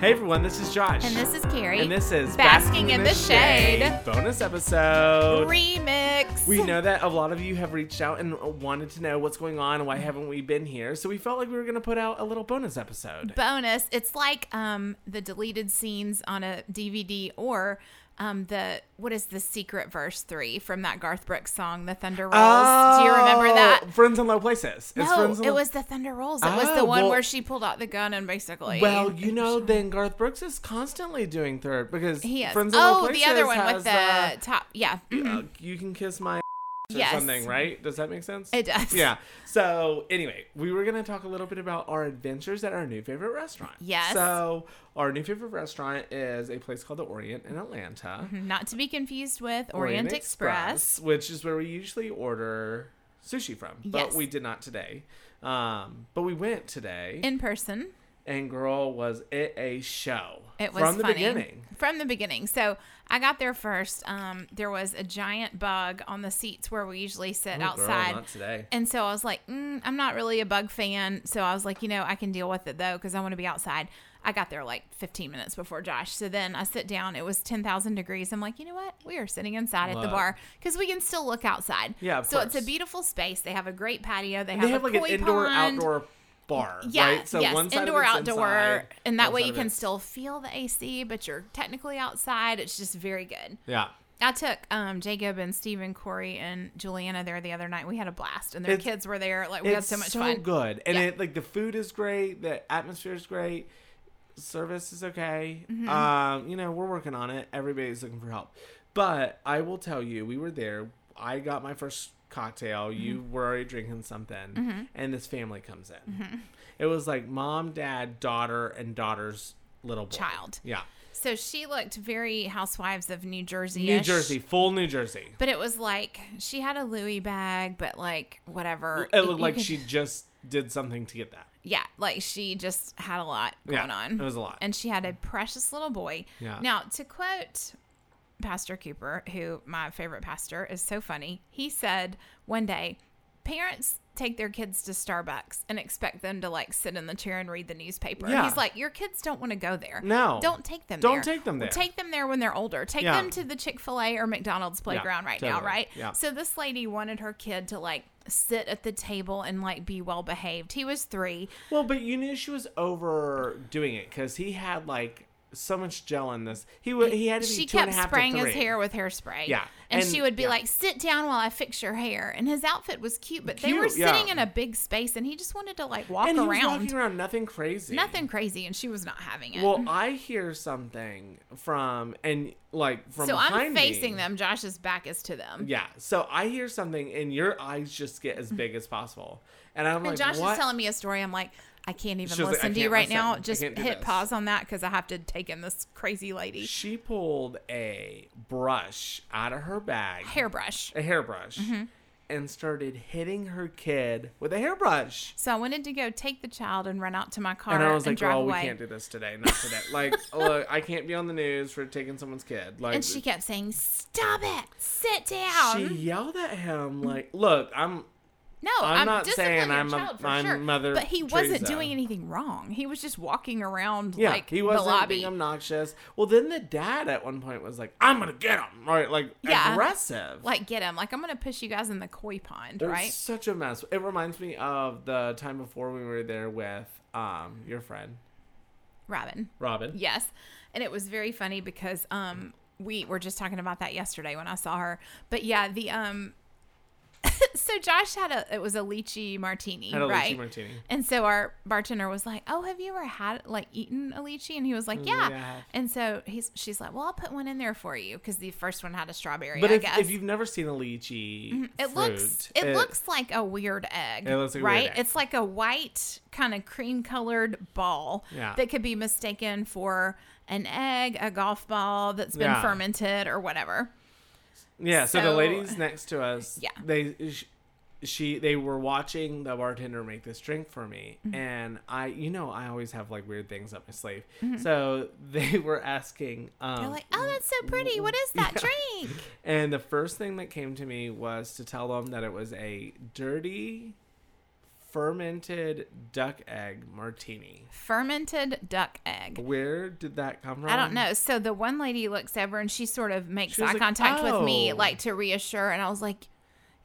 Hey everyone, this is Josh. And this is Carrie. And this is Basking in the Shade. bonus episode. remix. we know that a lot of you have reached out and wanted to know what's going on, why haven't we been here? So we felt like we were going to put out a little bonus episode. bonus. It's like um the deleted scenes on a DVD or um the what is the secret verse three from that Garth Brooks song, The Thunder Rolls. Do you remember that? Oh, Friends in Low Places. It's No, Friends in it Low- was the Thunder Rolls. It was Oh, the one well- where she pulled out the gun and basically. Well, you know, then Garth Brooks is constantly doing third because he is. Friends in Low Oh, Places the other one with the has, top. Yeah, uh, uh, you can kiss my or Yes. something, right? Does that make sense? it does. Yeah. So anyway, we were gonna talk a little bit about our adventures at our new favorite restaurant. Yes. So our new favorite restaurant is a place called the Orient in Atlanta. Not to be confused with Mm-hmm. Orient, Express. which is where we usually order sushi from, but Yes. we did not today. Um, but we went today, in person. and girl, was it a show? It was from the funny. beginning. From the beginning. So I got there first. Um, there was a giant bug on the seats where we usually sit Oh, girl, outside. not today. and so I was like, mm, I'm not really a bug fan. So I was like, you know, I can deal with it though, because I want to be outside. I got there like 15 minutes before Josh. So then I sit down. It was 10,000 degrees. I'm like, you know what? We are sitting inside at Love. the bar because we can still look outside. Yeah, of so it's course. a beautiful space. They have a great patio. They, They have, have a like an koi indoor pond. outdoor bar. Yeah, Right? So yes, one side of indoor, it's outdoor, inside, and that one way side you of can it's- still feel the AC, but you're technically outside. It's just very good. Yeah. I took um, Jacob and Steven, Corey, and Juliana there the other night. We had a blast, and their It's- kids were there. Like we had so much fun. good, and Yeah. it like the food is great, the atmosphere is great, service is okay. Mm-hmm. Um, you know, we're working on it. Everybody's looking for help, but I will tell you, we were there. I got my first cocktail. You Mm-hmm. were already drinking something, and this family comes in. Mm-hmm. It was like mom, dad, daughter, and daughter's little boy. Child. Yeah, So she looked very Housewives of New Jersey. New Jersey, full New Jersey. But it was like she had a Louis bag, but like whatever. It You- looked you like could- she just did something to get that. Yeah, like she just had a lot Yeah, going on. it was a lot. And she had a precious little boy. Yeah. Now, to quote Pastor Cooper, who my favorite pastor is so funny, he said one day, parents take their kids to Starbucks and expect them to like sit in the chair and read the newspaper. Yeah. He's like, your kids don't want to go there. No. Don't take them Don't there. take them there. Take them there when they're older. Take Yeah. them to the Chick fil A or McDonald's playground right now, totally. right? Yeah. So this lady wanted her kid to like sit at the table and like be well behaved. He was three. Well, but you knew she was overdoing it because he had like so much gel in this. He wa- he had to be she two and a kept half to spraying his three. hair with hairspray. Yeah, And, and- she would be yeah. like, sit down while I fix your hair. And his outfit was cute, but they were Cute, yeah. sitting in a big space and he just wanted to like walk and he was around. walking around, nothing crazy, Nothing crazy. And she was not having it. Well, I hear something from and like from so I'm behind me. facing them. Josh's back is to them. Yeah, so I hear something, and your eyes just get as big as possible, and I'm And like, Josh what? is telling me a story. I'm like, I can't even She was listen like, "I to you can't right listen. now. I Just can't do hit this." pause on that because I have to take in this crazy lady she pulled a brush out of her bag, hairbrush. a hairbrush, Mm-hmm. and started hitting her kid with a hairbrush. So I wanted to go take the child and run out to my car and I was like, drive "Girl, away. we can't do this today. Not today. Like, look, I can't be on the news for taking someone's kid. Like, and she kept saying, "Stop it! Sit down!" she yelled at him. Like, look, I'm. No, I'm I'm, not disciplining saying your I'm a- child for I'm sure. Mother but he wasn't Teresa. doing anything wrong. He was just walking around Yeah, like he the wasn't lobby. being obnoxious. Well, then the dad at one point was like, "I'm gonna get him," right? Like Yeah. aggressive. like get him. Like I'm gonna push you guys in the koi pond, It was right? Such a mess. It reminds me of the time before we were there with um your friend Robin. Robin. Yes. And it was very funny because um we were just talking about that yesterday when I saw her. But yeah, the um so Josh had a it was a lychee martini, Had a lychee right? martini. And so our bartender was like, "Oh, have you ever had like eaten a lychee?" And he was like, like, "Yeah." "Yeah, I have." And so he's she's like, "Well, I'll put one in there for you because the first one had a strawberry." But I if, guess Mm-hmm. if you've never seen a lychee, it fruit, looks it, looks like a weird egg. It looks like a weird right? egg. It's like a white kind of cream colored ball Yeah. that could be mistaken for an egg, a golf ball that's been Yeah. fermented or whatever. Yeah, so, the So- ladies next to us, Yeah. they sh- she they were watching the bartender make this drink for me, Mm-hmm. and I, you know, I always have like weird things up my sleeve. So they were asking, um, Mm-hmm. They're like, "Oh, that's so pretty. What is that drink?" and the first thing that came to me was to tell them that it was a dirty fermented duck egg martini. Fermented duck egg. Where did that come from? I don't know. So the one lady looks over and she sort of makes She was eye like, contact with me, "Oh." like to reassure. And I was like,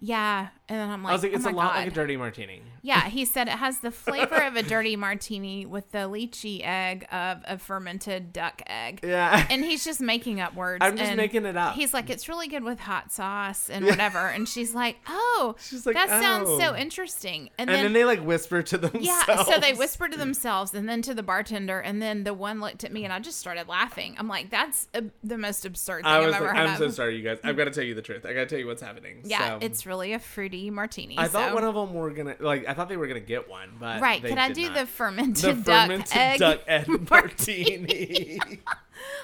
yeah. And then I'm like, I was like, "Oh it's my a lot God." like a dirty martini. Yeah, he said it has the flavor of a dirty martini with the lychee egg of a fermented duck egg. Yeah. And he's just making up words. I'm just and making it up. He's like, it's really good with hot sauce and whatever. And she's like, oh, She's like, that sounds so "Oh." interesting. and And, then, then, they like whisper to themselves. yeah, so they whisper to themselves and then to the bartender. And then the one looked at me and I just started laughing. I'm like, that's uh the most absurd thing I I've was ever like, heard I'm so of. sorry, you guys. I've got to tell you the truth. I got to tell you what's happening. So, yeah, it's really a fruity martini. I thought so- one of them were gonna like. I thought they were gonna get one, but Right, They could I did do not. the fermented, the duck, fermented egg? duck egg martini?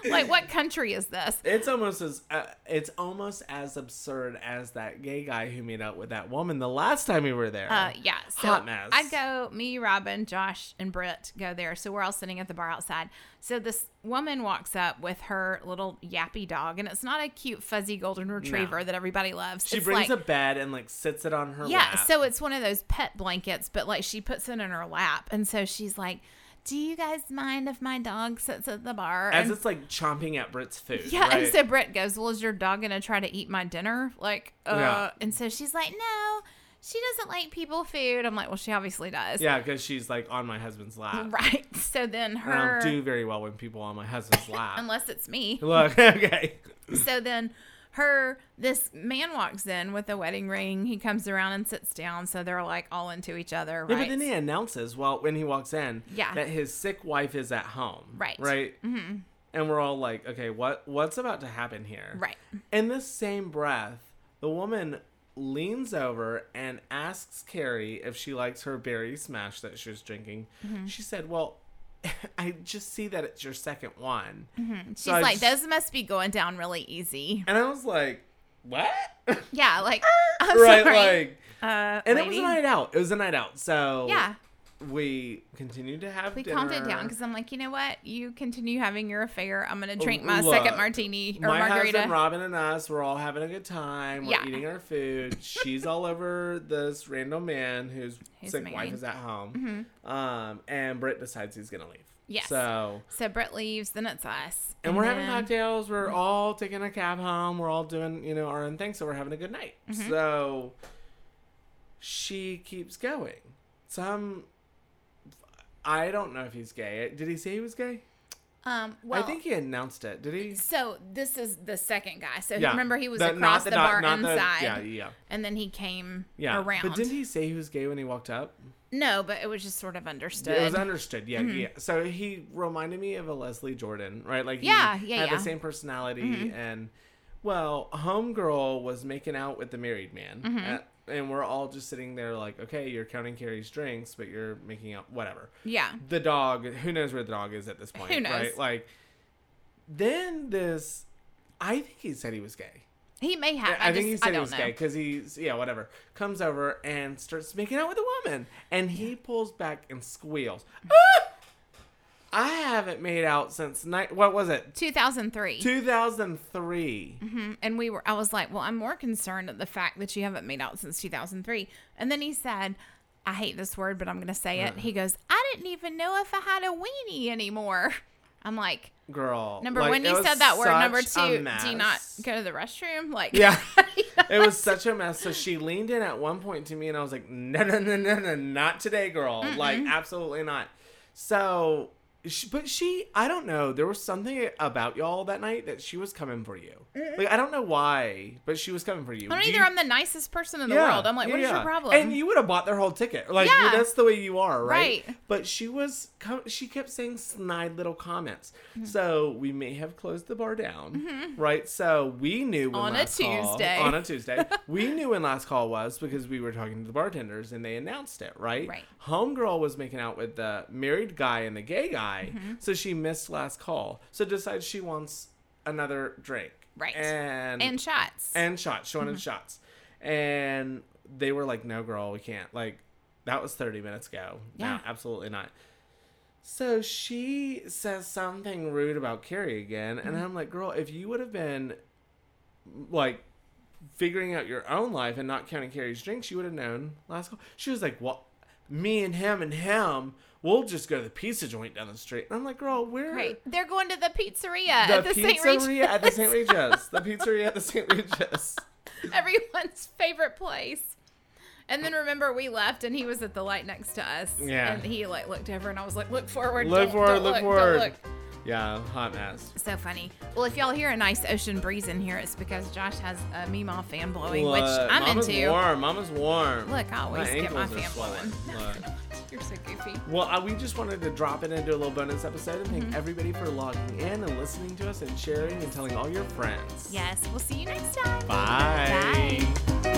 like what country is this? it's almost as uh, it's almost as absurd as that gay guy who made out with that woman the last time we were there. Uh, yeah, so Hot mess. I go, me, Robin, Josh, and Britt go there. So we're all sitting at the bar outside. So this woman walks up with her little yappy dog, and it's not a cute fuzzy golden retriever that everybody loves. she it's brings like, a bed and like sits it on her yeah, lap. so it's one of those pet blankets, but like she puts it in her lap, and so she's like, "Do you guys mind if my dog sits at the bar?" as and, it's like chomping at Brit's food. yeah, right? and so Brett goes, "Well, is your dog gonna try to eat my dinner?" Like, uh, Yeah. and so she's like, "No, she doesn't like people food." I'm like, "Well, she obviously does." yeah, because she's like on my husband's lap. Right. So then And I her, don't do very well when people on my husband's lap. unless it's me. Look, okay. So then her, this man walks in with a wedding ring. He comes around and sits down. So they're like all into each other. No, but Right. then he announces while when he walks in Yeah. that his sick wife is at home. Right. Right. Mm-hmm. And we're all like, okay, what what's about to happen here? Right. In the same breath, the woman leans over and asks Carrie if she likes her berry smash that she was drinking. Mm-hmm. She said, "Well, I just see that it's your second one." She's So I like, just- those must be going down really easy. And I was like, "What?" Yeah. Like, I'm right. sorry. Like, uh, and it was lady. a night out. It was a night out. So Yeah. we continued to have We dinner. calmed it down because I'm like, you know what? You continue having your affair. I'm going to drink my second Look, martini or my margarita. husband Robin and us we're all having a good time. We're Yeah. eating our food. She's all over this random man whose Who's sick married. wife is at home. Um, and Britt decides he's gonna leave. Yes. So so Brett leaves. Then it's us. and we're having then- Mm-hmm. cocktails. We're all taking a cab home. We're all doing you know our own thing. So we're having a good night. Mm-hmm. So she keeps going. Some. I don't know if he's gay. Did he say he was gay? Um, well, I think he announced it. Did he? So this is the second guy. So Yeah. remember he was The- across not the, doc- bar not the- inside, yeah, yeah. and then he came Yeah, around. but didn't he say he was gay when he walked up? no, but it was just sort of understood. It was understood. Yeah, Mm-hmm. yeah. So he reminded me of a Leslie Jordan, right? Like, he Yeah, yeah, had yeah. Mm-hmm. the same personality. And well, homegirl was making out with the married man, Mm-hmm. at- and we're all just sitting there like, okay, you're counting Carrie's drinks, but you're making out, whatever. yeah, The dog, who knows where the dog is at this point, Who knows? right? Like, then this, I think he said he was gay. he may have. I, I, think he just- said I he don't was know. gay because he's yeah whatever comes over and starts making out with a woman and he pulls back and squeals. "Ah! I haven't made out since night. What was it? 2003, Two thousand three. Mhm. and we were. I was like, well, I'm more concerned at the fact that you haven't made out since 2003. And then he said. I hate this word, but I'm going to say Uh. it. He goes, I didn't even know if I had a weenie anymore. I'm like, Girl. number like, one, it you was said that word. Number such a two, do you not mess. go to the restroom? Like, Yeah. It was such a mess. So she leaned in at one point to me and I was like, no, no, no, no, no, not today, girl. Like, absolutely not. So, she, but she, I don't know. There was something about y'all that night that she was coming for you. Like, I don't know why, but she was coming for you. I don't Do either. you- I'm the nicest person in the Yeah, world. I'm like, yeah, what is your yeah. problem? And you would have bought their whole ticket. Like, Yeah. you- that's the way you are, right? Right. But she was, co- she kept saying snide little comments. Mm-hmm. So we may have closed the bar down, right? So we knew when On a last call- Tuesday. on a Tuesday, we knew when last call was because we were talking to the bartenders and they announced it, right? Right. Homegirl was making out with the married guy and the gay guy, Mm-hmm. so she missed last call. So decides she wants another drink, Right. And and shots. Mm-hmm. and shots. She wanted shots. And they were like, no, girl, we can't. Like, that was 30 minutes ago. Yeah. No, absolutely not. So she says something rude about Carrie again. And Mm-hmm. I'm like, girl, if you would have been like figuring out your own life and not counting Carrie's drinks, you would have known last call. She was like, what? me and him and him, we'll just go to the pizza joint down the street. And I'm like, girl, we're Right. They're going to the pizzeria the at the St. pizzeria at the Regis. St. Regis. the pizzeria at the St. Regis. Everyone's favorite place. And then remember we left and he was at the light next to us. Yeah. And he like looked over and I was like, look forward. Look don't- forward, don't look look, don't forward. look." Yeah, hot mess. So funny. Well, if y'all hear a nice ocean breeze in here, it's because Josh has a Meemaw fan blowing, which Look, I'm Mama's into. warm. Mama's warm. Look, I always get my ankles are fan blowing. swollen. No, Look. you're not. You're so goofy. Well, uh, we just wanted to drop it into a little bonus episode and Mm-hmm. thank everybody for logging in and listening to us and sharing and telling all your friends. Yes, we'll see you next time. Bye. Bye.